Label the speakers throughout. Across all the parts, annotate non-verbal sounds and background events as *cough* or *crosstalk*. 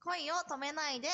Speaker 1: 恋を止めないで。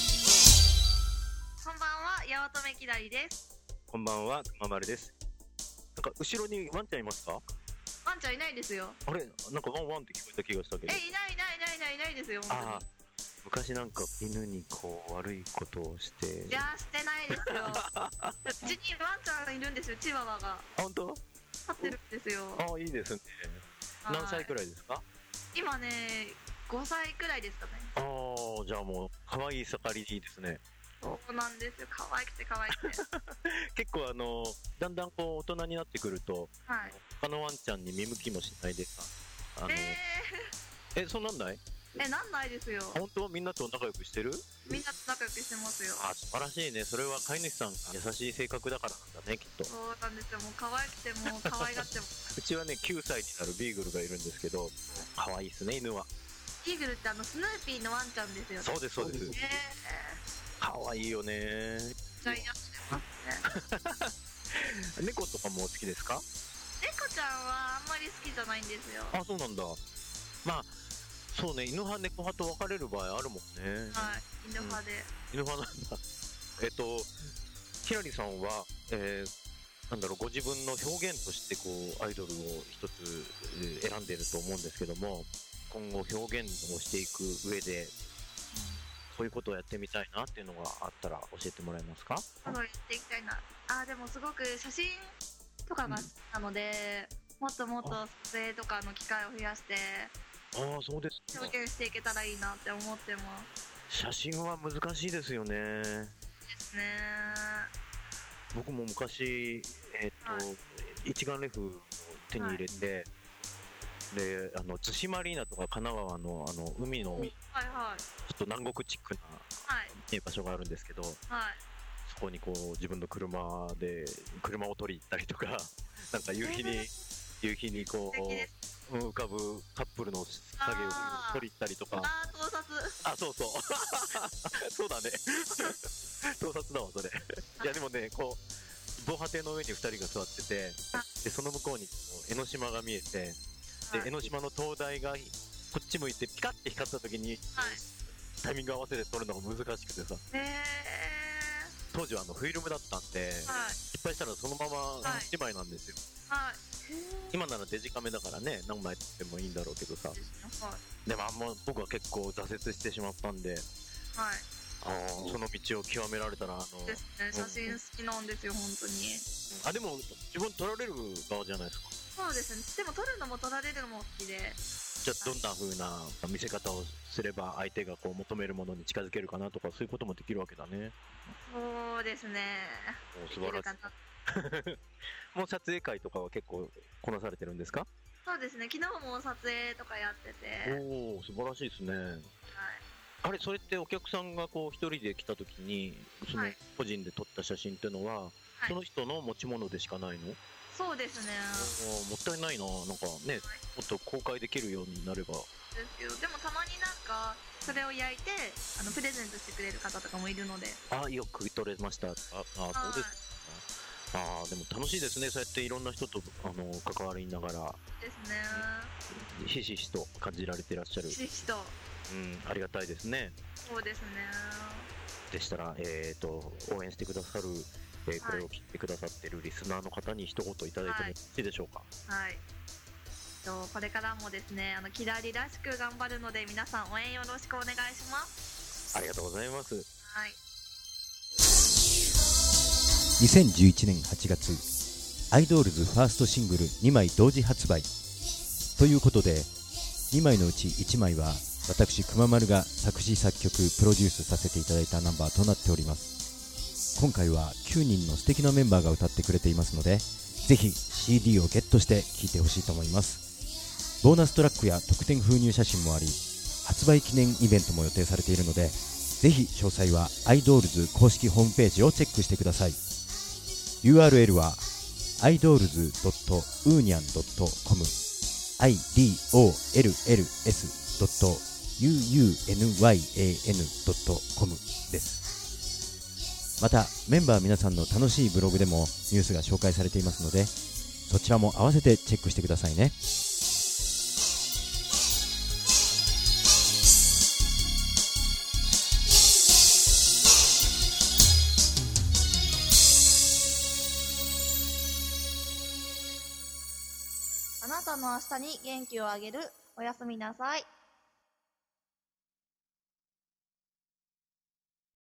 Speaker 1: こんばんは、八乙女きだりです。
Speaker 2: こんばんは、くままるです。なんか、後ろにワンちゃんいますか
Speaker 1: ワンちゃんいないですよ。
Speaker 2: あれなんかワンワンって聞こえた気がした
Speaker 1: え、
Speaker 2: け
Speaker 1: い
Speaker 2: ど
Speaker 1: な。いいないいないいないいないですよ。
Speaker 2: ああ
Speaker 1: 本当、
Speaker 2: 昔なんか犬にこう、悪いことをして
Speaker 1: にい。やー、してないですよ。う *laughs* ちにワンちゃんいるんですよ、チワワが。
Speaker 2: あ本当
Speaker 1: 飼ってるんですよ。
Speaker 2: ああ、いいですね。何歳く
Speaker 1: らい
Speaker 2: らいですか
Speaker 1: 今ね、5歳くらいですかね。
Speaker 2: ああ、じゃあもう、可愛い盛りでいいですね。
Speaker 1: そうなんですよ。可愛くて可愛くて。
Speaker 2: 結構あの、だんだんこう、大人になってくると、
Speaker 1: はい。
Speaker 2: 他のワンちゃんに見向きもしないでさ、あの、え
Speaker 1: え
Speaker 2: そうなんない
Speaker 1: ー、え、なんないですよ。
Speaker 2: 本当みんなと仲良くしてる
Speaker 1: みんなと仲良くしてますよ。
Speaker 2: あ、素晴らしいね。それは飼い主さんが優しい性格だからなんだね、きっと。
Speaker 1: そうなんですよ。もう可愛くてもう可愛がって
Speaker 2: *laughs*
Speaker 1: も。
Speaker 2: うちはね、9歳になるビーグルがいるんですけど、可愛いですね、犬は。
Speaker 1: イーグルってあのスヌーピーのワンちゃんですよね。
Speaker 2: そうです、そうです
Speaker 1: え。ー、
Speaker 2: 可愛いよね。
Speaker 1: じゃあ癒やしてますね。
Speaker 2: 猫とかもお好きですか
Speaker 1: 猫ちゃんはあんまり好きじゃないんですよ。
Speaker 2: あ、そうなんだ。まあ、そうね、犬派、猫派と分かれる場合あるもんね。
Speaker 1: はい。犬派で。
Speaker 2: 犬派なんだ。えっと、ひらりさんは、えーなんだろうご自分の表現としてこうアイドルを一つえー選んでると思うんですけども今後表現をしていく上でこういうことをやってみたいなっていうのがあったら教えてもらえますか
Speaker 1: どんどん行っていきたいな。あー、でもすごく写真とかが好きなので、もっともっと撮影とかの機会を増やして
Speaker 2: ああ、そうですか。
Speaker 1: 表現していけたらいいなって思ってます
Speaker 2: 写真は難しいですよね。
Speaker 1: ですね。
Speaker 2: 僕も昔、えっと、
Speaker 1: は
Speaker 2: 一眼レフを手に入れて、で、あの、津島アリーナとか神奈川の、あの、海の、ちょ
Speaker 1: はいはい。
Speaker 2: っと南国チックな、
Speaker 1: はい。
Speaker 2: ね、場所があるんですけど、そ
Speaker 1: はい。
Speaker 2: こにこう、自分の車で、車を取り行ったりとか、 *laughs* なんか夕日に、夕日にこ
Speaker 1: 素敵で
Speaker 2: う、うん浮かぶカップルの作業を取り行ったりとか、
Speaker 1: あー、盗撮。
Speaker 2: あ、そう *laughs* そう。そうだね。 *laughs* 盗撮だわ、それ。いや、でもね、こう、防波堤の上に2人が座ってて、で、その向こうにこう江ノ島が見えて、
Speaker 1: は
Speaker 2: で、江
Speaker 1: い
Speaker 2: ノ島の灯台がこっち向いてピカッて光った時に、
Speaker 1: はい
Speaker 2: タイミング合わせて撮るのが難しくてさ、
Speaker 1: え
Speaker 2: 当時はあのフィルムだったんで、
Speaker 1: ー、はい。
Speaker 2: 失敗したらそのまま
Speaker 1: はい
Speaker 2: 1枚なんですよ。
Speaker 1: はい。
Speaker 2: 今ならデジカメだからね、何枚撮ってもいいんだろうけどさ。
Speaker 1: はい。
Speaker 2: でもあんま僕は結構挫折してしまったんで、
Speaker 1: はい。
Speaker 2: その道を極められたら、あの、
Speaker 1: ですね。写真好きなんですよ、本当に。
Speaker 2: あでも自分取られる側じゃないですか
Speaker 1: そうですね。でも撮るのも撮られるのも好きで。
Speaker 2: じゃあどんな風な見せ方をすれば相手がこう求めるものに近づけるかなとかそういうこともできるわけだね
Speaker 1: そうですね。
Speaker 2: お素
Speaker 1: でき
Speaker 2: 晴ら
Speaker 1: る
Speaker 2: し
Speaker 1: かない
Speaker 2: もう撮影会とかは結構こなされてるんですか
Speaker 1: そうですね。昨日も撮影とかやってて。はい。
Speaker 2: おお素晴らしいですねあれそれってお客さんがこう一人で来た時にその
Speaker 1: はい
Speaker 2: 個人で撮った写真っていうのは、
Speaker 1: い
Speaker 2: その人の持ち物でしかないの、
Speaker 1: そうですね。
Speaker 2: おーもったいないななんかねもっと公開できるようになれば
Speaker 1: ですよ。でもたまになんか、それを焼いて、あの、プレゼントしてくれる方とかもいるので。
Speaker 2: ああよく取れましたああそうですああでも楽しいですねそうやっていろんな人とあの関わりながら
Speaker 1: はい。ですね。
Speaker 2: ひしひしと感じられていらっしゃる、
Speaker 1: ひしひしと。
Speaker 2: うん、ありがたいですね
Speaker 1: そうですね。
Speaker 2: でしたら、えー、と応援してくださる、えーこれを聞いてくださってるリスナーの方に一言いただいてもよ
Speaker 1: はい
Speaker 2: ろしいでしょうか、
Speaker 1: はい。えっとこれからもですね、あのキラリらしく頑張るので皆さん応援よろしくお願いします。
Speaker 2: ありがとうございます
Speaker 1: はい。
Speaker 3: 2011年8月アイドールズファーストシングル2枚同時発売ということで2枚のうち1枚は私くままるが作詞作曲プロデュースさせていただいたナンバーとなっております今回は9人の素敵なメンバーが歌ってくれていますのでぜひ CD をゲットして聴いてほしいと思いますボーナストラックや特典封入写真もあり発売記念イベントも予定されているのでぜひ詳細はアイドールズ公式ホームページをチェックしてください URL は idols.union.com idolls.uunian.com ですまたメンバー皆さんの楽しいブログでもニュースが紹介されていますのでそちらも合わせてチェックしてくださいね
Speaker 1: あなたの明日に元気をあげるおやすみなさい